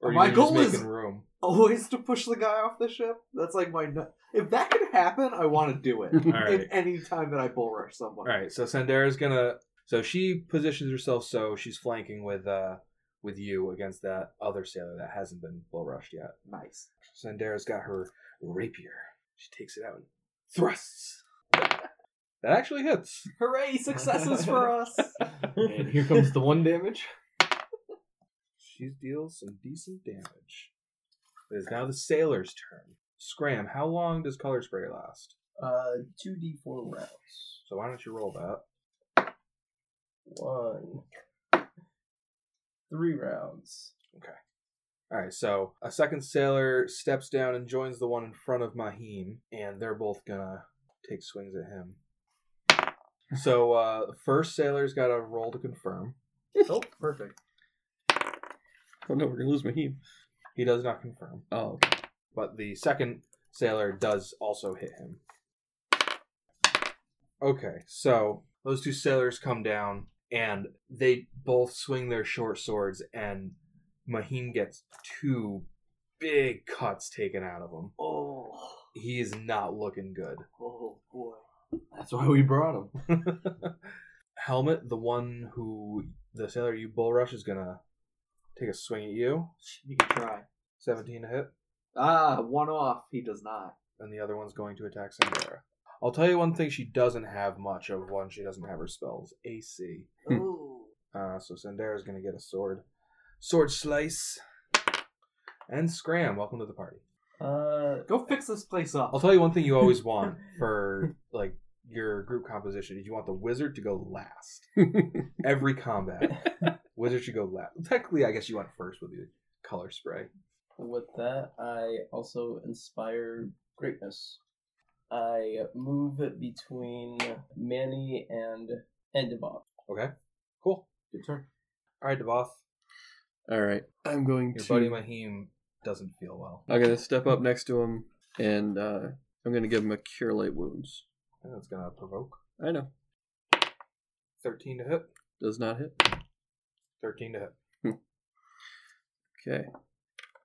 A: are
D: My
A: you
D: goal is-
A: making room.
D: Always to push the guy off the ship. That's like my. nu- If that could happen, I want to do it.
A: All right,
D: If any time that I bull rush someone.
A: all right. So Sandera's gonna. So she positions herself so she's flanking with uh with you against that other sailor that hasn't been bull rushed yet.
D: Nice.
A: Sandera's got her rapier. She takes it out and thrusts. That actually hits.
D: Hooray! Successes for us.
C: And here comes the one damage.
A: She deals some decent damage. It is now the sailor's turn. Scram, how long does color spray last?
E: Uh, two D four rounds.
A: So why don't you roll that?
E: One, three rounds.
A: All right, so a second sailor steps down and joins the one in front of Mahim, and they're both gonna take swings at him. So uh, the first sailor's got a roll to confirm.
D: oh, perfect.
B: Oh no, we're gonna lose Mahim.
A: He does not confirm,
B: Oh,
A: but the second sailor does also hit him. Okay, so those two sailors come down, and they both swing their short swords, and Mahim gets two big cuts taken out of him.
D: Oh,
A: He is not looking good.
D: oh boy.
C: That's why we brought him.
A: Helmet, the one who the sailor you bull rush is gonna take a swing at you.
D: You can try.
A: Seventeen to hit,
D: Ah, one off. He does not.
A: and the other one's going to attack Sandera. I'll tell you one thing: she doesn't have much of one. She doesn't have her spells AC.
B: Hmm.
D: Oh,
A: Uh, so Sandera's gonna get a sword, sword slice, and scram. Welcome to the party.
E: Uh,
D: go fix this place up.
A: I'll tell you one thing you always want for like your group composition is you want the wizard to go last. Every combat. Wizard should go last. Technically, I guess you went first with the color spray.
E: with that, I also inspire greatness. I move between Manny and Endivock.
A: Okay. Cool.
C: Good turn.
A: Alright, Devoth.
B: all right. I'm going
A: Your
B: to.
A: buddy Mahim doesn't feel well.
B: I'm gonna step up next to him, and uh, I'm gonna give him a cure light wounds.
A: And That's gonna provoke.
B: I know,
A: Thirteen to hit.
B: does not hit.
A: Thirteen to hit.
B: Okay.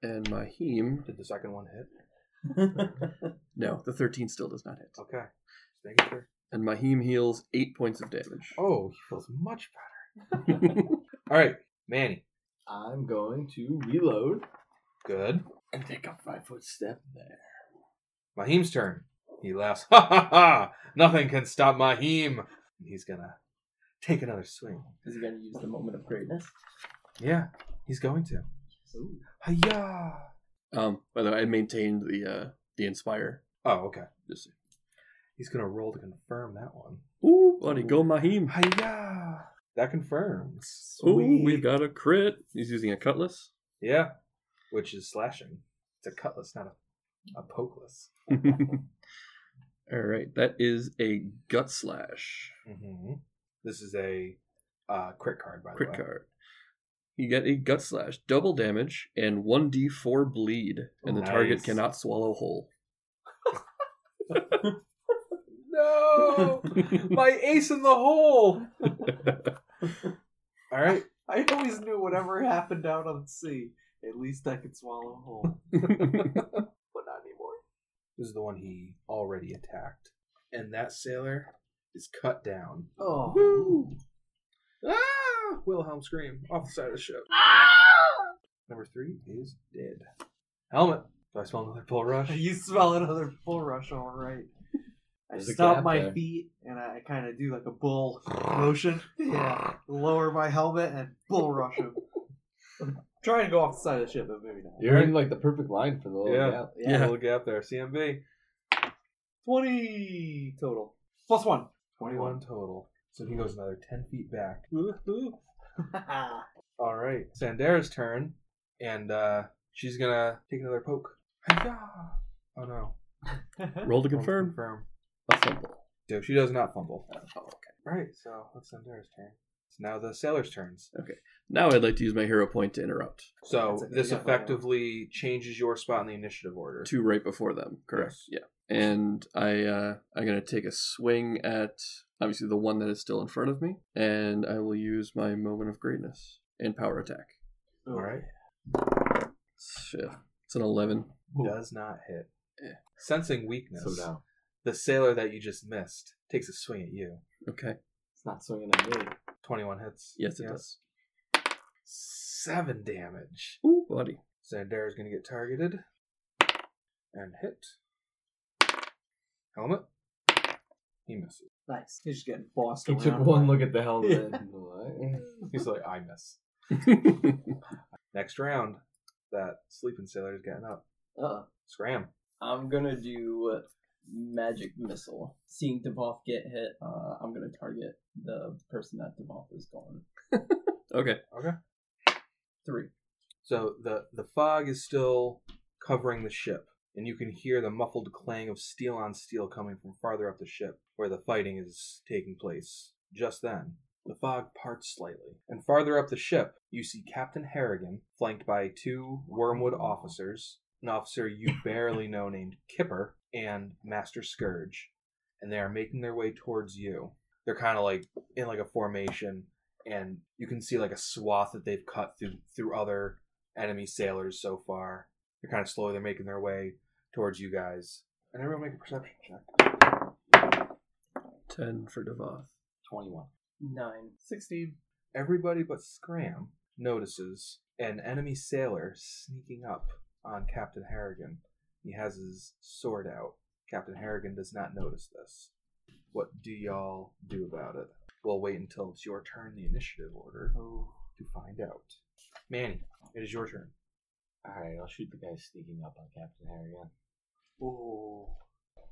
B: And Mahim.
A: Did the second one hit?
B: No, the 13 still does not hit.
A: Okay. Just making sure.
B: And Mahim heals 8 points of damage.
A: Oh, he feels much better. Alright, Manny.
C: I'm going to reload
A: Good.
C: and take a five foot step there.
A: Mahim's turn. He laughs. Ha ha ha! Nothing can stop Mahim. He's gonna take another swing.
E: Is he going to use the moment of greatness?
A: Yeah, he's going to.
D: Ooh.
A: Hiya!
B: Um, by the way, I maintained the uh, the Inspire.
A: Oh, okay.
B: Just,
A: He's gonna roll to confirm that one.
B: ooh, buddy, go Mahim.
A: Hiya! That confirms.
B: Ooh, we got a crit. He's using a cutlass.
A: Yeah. which is slashing. It's a cutlass, not a, a pokeless.
B: All right, that is a gut slash
A: Mm-hmm. This is a uh, crit card, by
B: crit
A: the way.
B: card. You get a gut slash, double damage, and one d four bleed, and the target
A: Nice.
B: cannot swallow whole.
A: No, my ace in the hole. All right,
D: I always knew whatever happened out on sea, at least I could swallow whole. but not anymore.
A: this is the one he already attacked, and that sailor is cut down.
D: Oh,
A: Ah! Wilhelm scream off the side of the ship. Number three is dead. Helmet. Do I smell another bull rush?
D: you smell another bull rush, all right. I
F: There's a
D: stop
F: gap
D: my
F: there.
D: feet and I kind of do like a bull motion. Yeah, lower my helmet and bull rush him. Try and go off the side of the ship, but maybe not.
F: You're in like the perfect line for the little
A: Yeah.
F: gap.
A: Yeah, little gap there. CMB.
D: 20 total. Plus one.
A: 21 total. So he goes another 10 feet back. All right. Sandera's turn, and uh, she's going to take another poke. Hi-yah! Oh, no.
B: Roll to confirm. Oh,
A: Confirm.
B: A fumble.
A: So she does not fumble. Oh, okay. All right, so that's Sandera's turn. It's now the sailor's turns.
B: Now I'd like to use my hero point to interrupt.
A: So
D: That's okay,
A: this
D: yeah, whatever.
A: effectively changes your spot in the initiative order.
B: two right before them. Correct. Yeah. And I uh, I'm gonna take a swing at obviously the one that is still in front of me, and I will use my moment of greatness and power attack.
A: All right.
B: Shit. It's an eleven.
A: Does not hit.
B: Yeah.
A: Sensing weakness,
F: So now
A: the sailor that you just missed takes a swing at you.
B: Okay.
C: It's not swinging at me.
A: 21 hits.
B: Yes, it does.
A: Seven damage.
B: Ooh, buddy.
A: Zandara's going to get targeted and hit. Helmet. He misses.
D: Nice. He's just getting bossed
F: He
D: around.
F: took one look at the helmet. and like,
A: He's like, I miss. Next round, that sleeping sailor is getting up.
E: Uh-uh.
D: Uh-oh.
A: Scram.
E: I'm gonna do magic missile. Seeing Devoff get hit, uh, I'm gonna target the person that Devoff is going.
B: okay.
E: Three.
A: So the, the fog is still covering the ship, and you can hear the muffled clang of steel on steel coming from farther up the ship, where the fighting is taking place. Just then, the fog parts slightly, and farther up the ship, you see Captain Harrigan, flanked by two Wormwood officers, an officer you barely know named Kipper, and Master Scourge, and they are making their way towards you. They're kind of like in like a formation, and you can see like a swath that they've cut through through other enemy sailors so far. They're kind of slow. They're making their way towards you guys. And everyone make a perception check.
B: Ten for Devoth.
F: 21.
E: Nine.
D: 16.
A: Everybody but Scram notices an enemy sailor sneaking up on Captain Harrigan. He has his sword out. Captain Harrigan does not notice this. What do y'all do about it? We'll wait until it's your turn, the initiative order,
D: Oh.
A: to find out. Manny, it is your turn.
F: All right, I'll shoot the guy sneaking up on Captain Harrigan.
D: Oh.
A: All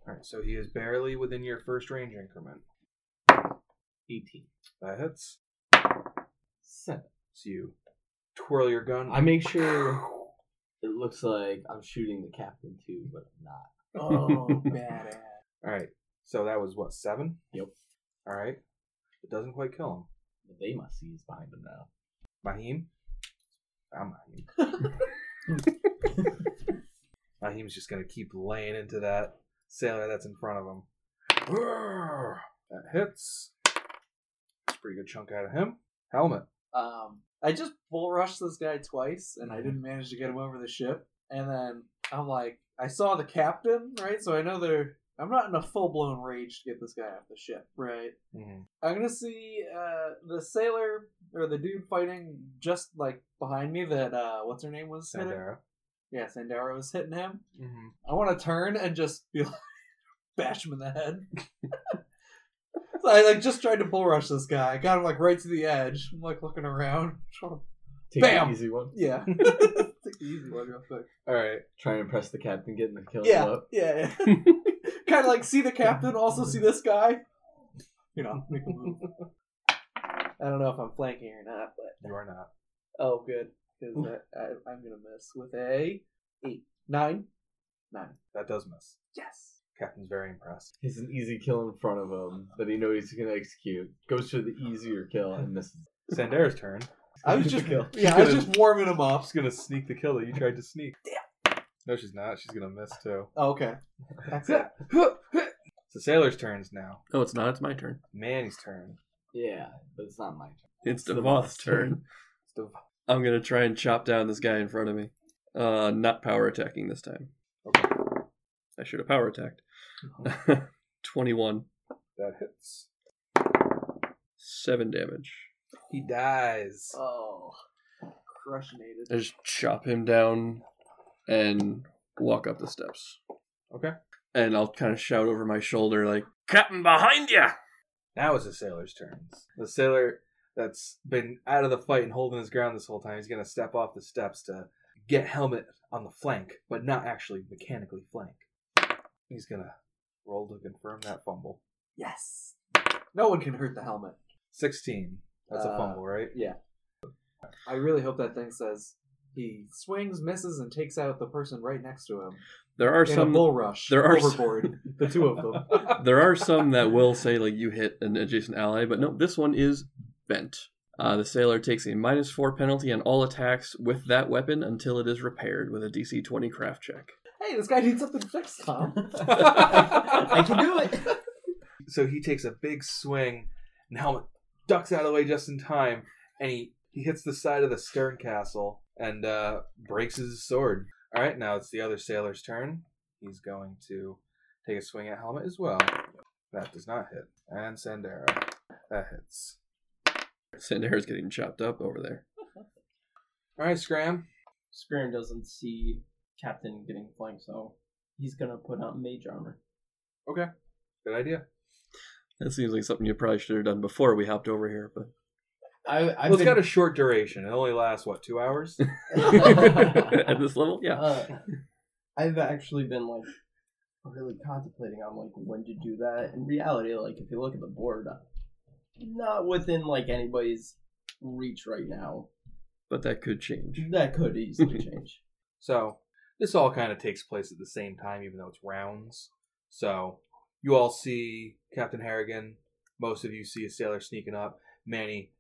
A: right, so he is barely within your first range increment.
F: 18.
A: That hits.
F: Seven.
A: So you twirl your gun.
F: I make sure it looks like I'm shooting the captain too, but I'm not.
D: Oh, badass.
A: All right. So that was what seven.
F: Yep.
A: All right. It doesn't quite kill him.
F: But they must see is behind him now.
A: Mahim. I'm Mahim. Mahim's just gonna keep laying into that sailor that's in front of him. That hits. That's a pretty good chunk out of him. Helmet.
D: Um, I just bull rushed this guy twice, and I didn't manage to get him over the ship. And then I'm like, I saw the captain, right? So I know they're. I'm not in a full blown rage to get this guy off the ship, right?
A: Mhm.
D: I'm gonna see uh, the sailor or the dude fighting just like behind me. That uh, what's her name was hitting?
A: Sandera.
D: Yeah, Sandaro was hitting him.
B: Mm-hmm.
A: hmm
D: I want to turn and just be like, bash him in the head. so I like just tried to bull rush this guy. I got him like right to the edge. I'm like looking around. Trying to-
F: Take
D: Bam!
F: the easy one.
D: Yeah, Take the easy one real quick.
A: All right.
F: Try and impress the captain, getting the kill
D: Yeah,
F: up.
D: yeah. yeah. kind of like see the captain, also see this guy. You know, make a move. I don't know if I'm flanking or not, but
A: You are not.
D: oh, good. because I, I, I'm gonna miss with a eight, nine, nine.
A: That does miss.
D: Yes.
A: Captain's very impressed.
F: He's an easy kill in front of him that he knows he's gonna execute. Goes for the easier kill and misses.
A: Sandera's turn.
D: I was just
F: kill.
D: yeah, I was just warming him up.
A: She's gonna sneak the kill that you tried to sneak. No, she's not. She's gonna miss too.
D: Oh, okay. That's it.
A: It's the sailor's turns now.
B: Oh, it's not. It's my turn.
A: Manny's turn.
F: Yeah, but it's not my turn.
B: It's
F: the
B: Devoth's
F: boss.
B: turn.
A: It's the-
B: I'm gonna try and chop down this guy in front of me. Uh, not power attacking this time.
A: Okay,
B: I should have power attacked. Twenty-one,
A: that hits.
B: seven damage.
A: He dies.
D: Oh, crushinated.
B: I just chop him down and walk up the steps.
A: Okay.
B: And I'll kind of shout over my shoulder like, "Captain, behind ya!"
A: Now it's the sailor's turns. The sailor that's been out of the fight and holding his ground this whole time, he's gonna step off the steps to get helmet on the flank, but not actually mechanically flank. He's gonna roll to confirm that fumble.
D: Yes. No one can hurt the helmet.
A: Sixteen. That's a
D: Uh,
A: fumble, right?
D: I really hope that thing says he swings, misses, and takes out the person right next to him
B: There are
D: in a
B: some.
D: bull rush.
B: there are some-
D: overboard. the two of them.
B: there are some that will say like you hit an adjacent ally, but no, this one is bent. Uh, the sailor takes a minus four penalty on all attacks with that weapon until it is repaired with a DC twenty craft check.
D: hey, this guy needs something fixed, Tom.
E: I can do it.
A: So he takes a big swing, and Helmet ducks out of the way just in time, and he, he hits the side of the stern castle and uh, breaks his sword. All right, now it's the other sailor's turn. He's going to take a swing at Helmet as well. That does not hit. And Sandera. That hits.
B: Sandera's getting chopped up over there.
A: All right, Scram.
E: Scram doesn't see Captain getting flanked, so he's gonna put on mage armor.
A: Good idea.
B: That seems like something you probably should have done before we hopped over here, but
E: I, I've
A: Well, it's
E: been,
A: got a short duration. It only lasts, what, two hours?
B: at this level, yeah.
E: uh, I've actually been like really contemplating on like when to do that. In reality, like if you look at the board, uh, not within like anybody's reach right now.
B: But that could change.
E: That could easily change.
A: So this all kind of takes place at the same time, even though it's rounds. So you all see Captain Harrigan. Most of you see a sailor sneaking up. Manny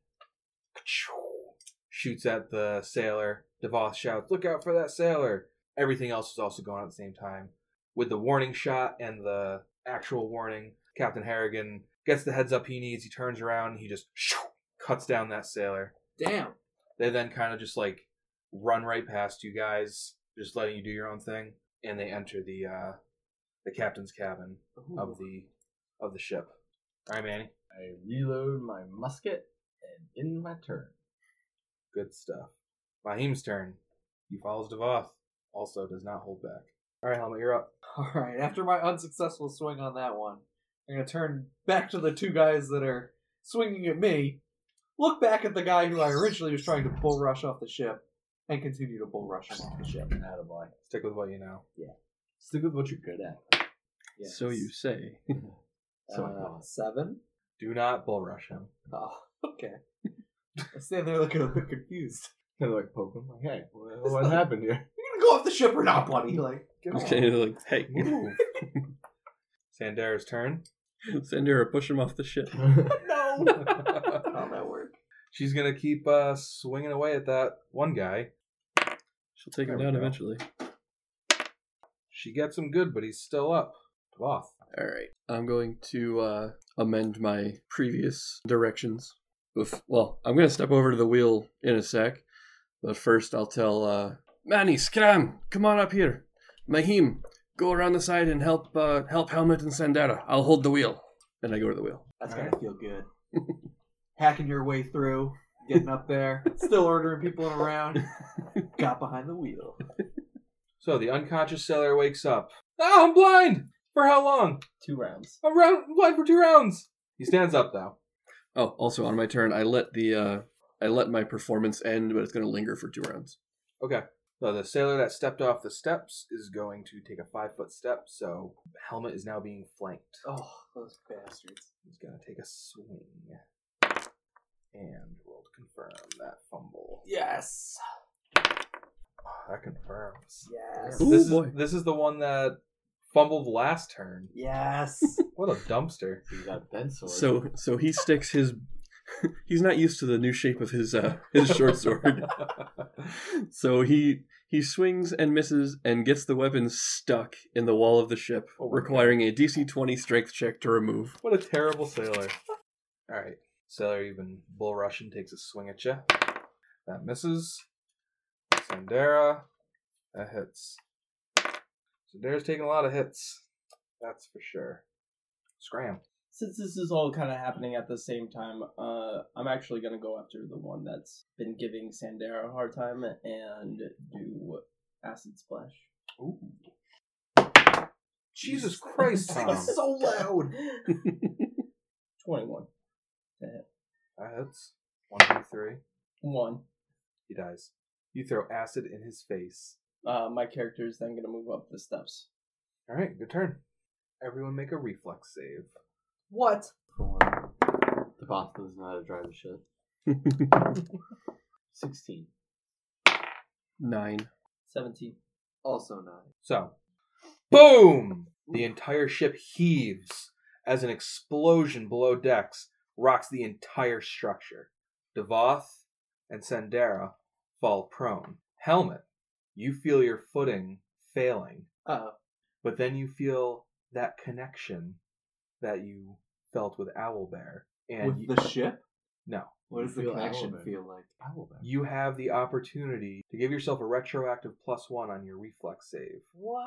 A: shoots at the sailor. Devoth shouts, "Look out for that sailor!" Everything else is also going on at the same time. With the warning shot and the actual warning, Captain Harrigan gets the heads up he needs. He turns around. And he just cuts down that sailor
D: Damn.
A: they then kind of just like run right past you guys, just letting you do your own thing, and they enter the uh the captain's cabin of the of the ship. All right, Manny,
F: I reload my musket and in my turn.
A: good stuff. Mahim's turn. He follows Devoth. Also, does not hold back. All right, helmet, you're up.
D: All right. After my unsuccessful swing on that one, I'm gonna turn back to the two guys that are swinging at me. Look back at the guy who I originally was trying to bull rush off the ship, and continue to bull rush him off the ship.
F: Attaboy.
A: Stick with what you know.
F: Stick with what you're good at.
B: So you say.
F: So
D: Uh, seven.
A: Do not bull rush him.
D: Oh, okay. I stand there looking a bit confused.
F: kind of like poke him. Like, hey, what, what happened here?
D: You're gonna go off the ship or not, buddy? Like, come on.
B: Okay, like, hey,
A: Move. Sandera's turn.
B: Sandera, push him off the ship.
D: no. How'd that work?
A: She's gonna keep uh, swinging away at that one guy.
B: She'll take
A: There
B: him
A: we
B: down
A: go.
B: eventually.
A: She gets him good, but he's still up. Devoth.
B: All right. I'm going to uh, amend my previous directions. Bef- well, I'm going to step over to the wheel in a sec, but first I'll tell uh, Manny, Scram, come on up here. Mahim, go around the side and help uh, help Helmet and Sandera. I'll hold the wheel. And I go to the wheel.
D: That's
A: All
D: gotta feel good. Hacking your way through, getting up there, still ordering people around. Got behind the wheel.
A: So the unconscious sailor wakes up. Oh, I'm blind! For how long?
E: Two rounds.
A: I'm round- blind for two rounds! He stands up, though.
B: Oh, also on my turn, I let the uh, I let my performance end, but it's going to linger for two rounds.
A: Okay. So the sailor that stepped off the steps is going to take a five foot step, so Helmet is now being flanked.
D: Oh, those bastards.
A: He's going to take a swing. And roll to confirm that fumble.
D: Yes.
A: Oh, that confirms.
D: Yes.
B: Ooh,
A: this
B: boy.
A: is this is the one that fumbled last turn.
D: Yes.
A: What a dumpster.
F: You got Ben
C: Oh,
F: sword.
B: So so he sticks his. He's not used to the new shape of his uh, his short sword, so he he swings and misses and gets the weapon stuck in the wall of the ship,
A: Oh my
B: requiring a DC twenty strength check to remove.
A: What a terrible sailor. All right, sailor, you've been bull rushing. Takes a swing at you. That misses. Sandera, that hits. Sandera's taking a lot of hits. That's for sure. Scram.
E: Since this is all kind of happening at the same time, uh, I'm actually gonna go after the one that's been giving Sandera a hard time and do acid splash.
A: Ooh. Jesus Christ, Tom.
E: so loud. Twenty-one.
A: That hits. One, two, three.
E: One.
A: He dies. You throw acid in his face.
E: Uh, my character is then gonna move up the steps.
A: All right, good turn. Everyone make a reflex save.
D: What?
F: the boss doesn't know how to drive a ship. Sixteen.
B: Nine.
E: Seventeen.
D: Also not.
A: So, boom! The entire ship heaves as an explosion below decks rocks the entire structure. Devoth and Sandera fall prone. Helmet, you feel your footing failing,
D: Uh
A: but then you feel that connection that you felt with Owlbear. And
D: with
A: you,
D: the ship?
A: no,
D: What does the
F: Feel
D: connection
F: Owlbear.
D: feel like?
A: you have the opportunity to give yourself a retroactive plus one on your reflex save.
D: What?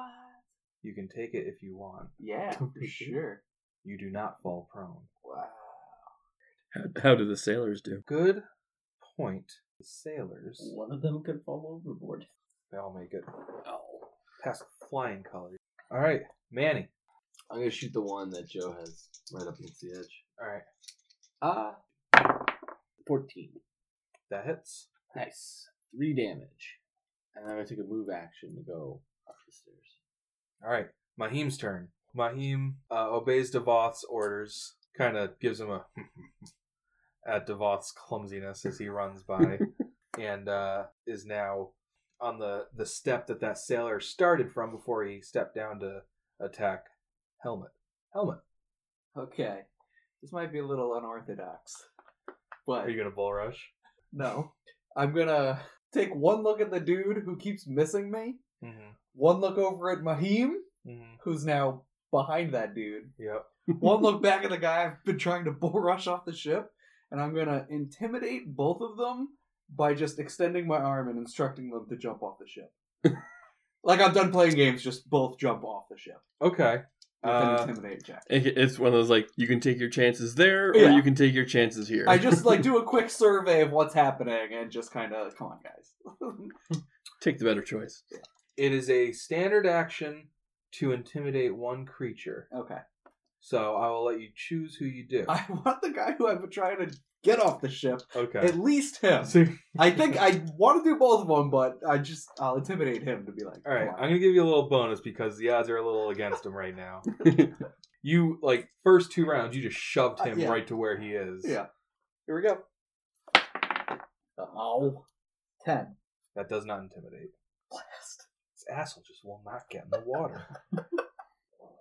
A: You can take it if you want.
D: Yeah, for sure.
A: You do not fall prone.
D: Wow.
B: How, how do the sailors do?
A: Good point. The sailors,
E: One of them could fall overboard.
A: they all make it past flying colors. All right, Manny.
F: I'm gonna shoot the one that Joe has right up against the edge.
A: All right,
F: Ah. Fourteen.
A: that hits.
F: Nice. Three damage. And I'm gonna take a move action to go up the stairs.
A: All right, Mahim's turn. Mahim uh, obeys Devoth's orders, kind of gives him a at Devoth's clumsiness as he runs by, and uh, is now on the the step that that sailor started from before he stepped down to attack Helmet. Helmet,
D: Okay. This might be a little unorthodox. But
A: are you gonna bull rush?
D: no. I'm gonna take one look at the dude who keeps missing me,
A: Mm-hmm.
D: one look over at Mahim,
A: mm-hmm.
D: who's now behind that dude.
A: Yep.
D: One look back at the guy I've been trying to bull rush off the ship, and I'm gonna intimidate both of them by just extending my arm and instructing them to jump off the ship. like I'm done playing games, just both jump off the ship
A: Okay.
D: with
A: Uh,
D: an intimidate check.
B: It- It's one of those like you can take your chances there, or
D: Yeah.
B: you can take your chances here.
D: I just like do a quick survey of what's happening and just kind of come on, guys.
B: take the better choice.
A: It is a standard action to intimidate one creature.
D: okay,
A: So I will let you choose who you do.
D: I want the guy who I've been trying to get off the ship.
A: okay.
D: At least him. I think I want to do both of them, but I just I'll intimidate him to be like,
A: All right,
D: "Come on."
A: I'm gonna give you a little bonus because the odds are a little against him right now. you like first two rounds, you just shoved
D: Uh,
A: him
D: yeah.
A: right to where he is.
D: Yeah. Here we go. Oh. 10.
A: that does not intimidate.
D: Blast.
A: This asshole just will not get in the water.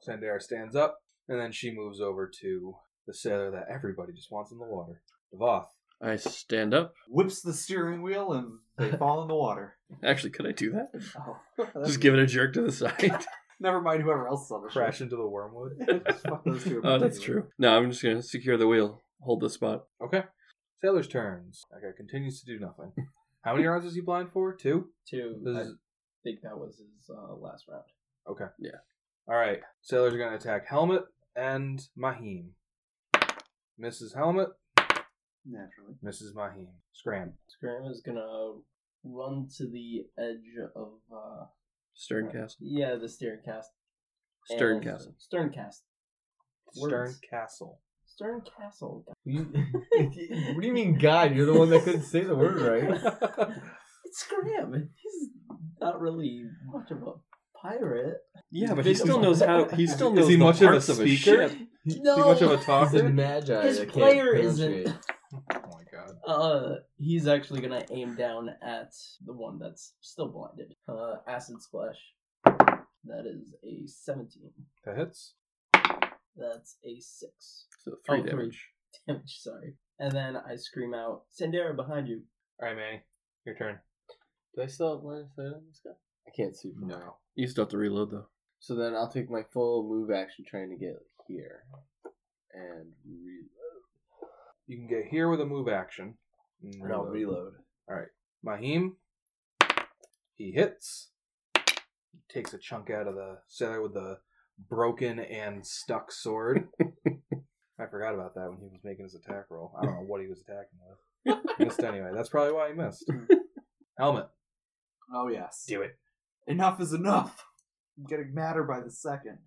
A: Sandera stands up, and then she moves over to the sailor that everybody just wants in the water, Devoth.
B: I stand up.
D: Whips the steering wheel and they fall in the water.
B: Actually, could I do that?
D: Oh.
B: Just give it a jerk to the side.
D: Never mind whoever else is on the
A: Crash into the wormwood.
D: ship. Just fuck those two
B: oh,
D: up
B: that's
D: anyway.
B: true. No, I'm just gonna secure the wheel, hold the spot.
A: Okay. Sailor's turns. That guy continues to do nothing. How many rounds is he blind for? Two?
E: Two.
A: This
E: I
A: is-
E: think that was his uh, last round.
A: Alright. Sailors are gonna attack Helmet and Mahim. Mrs. Helmet,
D: Naturally.
A: Mrs. Mahim. Scram.
E: Scram is gonna run to the edge of uh,
B: Stern cast.
E: yeah the steering cast. and-
B: Stern cast.
E: Stern cast.
A: Stern
E: Words.
A: Castle.
E: Stern castle.
F: You, what do you mean, God? You're the one that couldn't say the word right.
E: It's Scram. He's not really much of a pirate.
B: Yeah, but he still knows how. He still knows
A: Is he
B: the
A: much of a
B: parts of a
A: speaker?
B: ship.
E: No.
A: Too much of a
F: He's a
A: talker?
F: magi.
E: His
F: that can't
E: player isn't.
F: pronunciate.
A: oh my god.
E: Uh, he's actually gonna aim down at the one that's still blinded. Uh, acid splash. That is a seventeen.
A: That hits.
E: That's a six
B: So
E: Oh,
B: three
E: three.
B: damage.
E: damage. Sorry. And then I scream out, "Sandera, behind you!"
A: All right, Manny, your turn.
F: Do I still have line of sight on this guy? I can't see from now.
B: You still have to reload though.
F: So then I'll take my full move action trying to get here. And reload.
A: You can get here with a move action. and
F: And I'll reload.
A: Mahim, he hits. Takes a chunk out of the sailor with the broken and stuck sword. I forgot about that when he was making his attack roll. I don't know what he was attacking with. missed anyway. That's probably why he missed. Helmet.
D: Oh yes.
A: Do it.
D: Enough is enough. I'm getting madder by the second.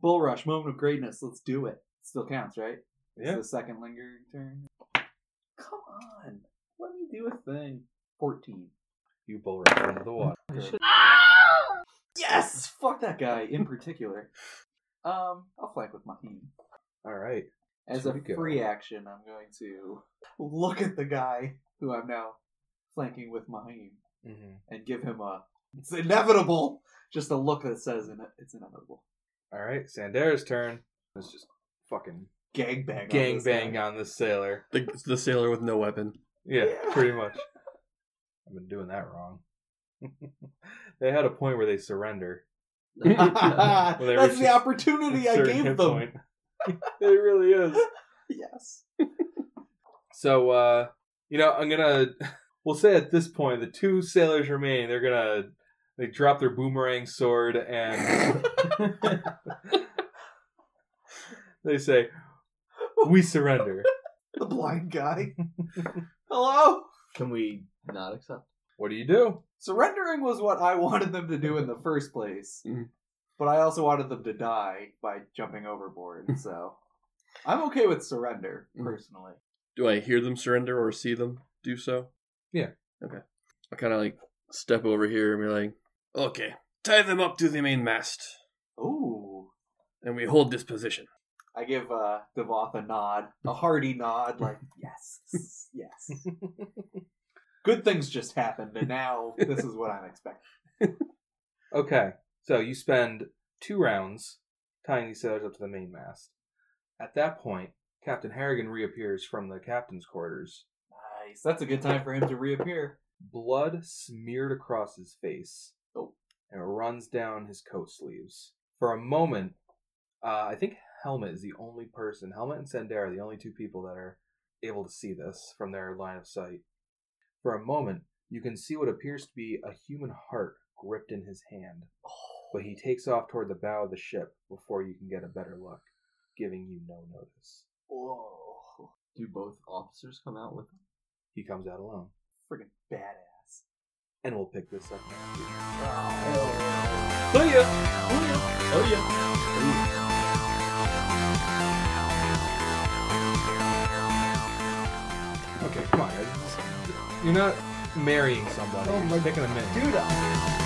D: Bull rush, moment of greatness. Let's do it. Still counts, right? It's
A: Yeah.
D: the second lingering turn. Come on, let me do a thing. Fourteen.
A: You bull rush into the water.
D: Yes. Fuck that guy in particular. Um, I'll flank with my team.
A: All right.
D: As
A: Here
D: a
A: we go.
D: free action, I'm going to look at the guy who I'm now flanking with Mahim
A: Mhm.
D: and give him a it's inevitable just a look that says in it's inevitable.
A: All right. Sandera's turn. Let's just fucking
D: Gangbang.
A: gang bang on this sailor.
B: The the sailor with no weapon.
A: Yeah,
D: Yeah.
A: pretty much. I've been doing that wrong. they had a point where they surrender. Well, they
D: That's
A: were
D: the
A: just-
D: opportunity
A: A
D: I
A: certain
D: gave
A: hit
D: them.
A: point. it really is.
D: Yes.
A: So, uh, you know, I'm gonna. We'll say at this point, the two sailors remaining, they're gonna. They drop their boomerang sword and. they say, We surrender.
D: The blind guy. Hello?
F: Can we not accept?
A: What do you do?
D: Surrendering was what I wanted them to do in the first place.
B: Mhm.
D: But I also wanted them to die by jumping overboard, so I'm okay with surrender,
B: Mhm.
D: personally.
B: Do I hear them surrender or see them do so?
A: Yeah.
B: Okay. I kind of like step over here and be like, okay, tie them up to the main mast,
D: Ooh.
B: and we hold this position.
D: I give uh Devoth a nod. A hearty nod, like, yes, yes. Good things just happened, and now this is what I'm expecting.
A: Okay, so you spend two rounds tying these sailors up to the mainmast. At that point, Captain Harrigan reappears from the captain's quarters,
D: Nice. That's a good time for him to reappear.
A: blood smeared across his face,
D: Oh.
A: and it runs down his coat sleeves. For a moment, uh, I think Helmet is the only person, Helmet and Sandera are the only two people that are able to see this from their line of sight. For a moment, you can see what appears to be a human heart gripped in his hand, but he takes off toward the bow of the ship before you can get a better look, giving you no notice.
D: Whoa.
F: Do both officers come out with
A: He comes out alone,
D: Freaking badass.
A: and we'll pick this up next week. Okay, come on. guys. You're not marrying somebody. Oh my, You're taking a minute.
D: Dude,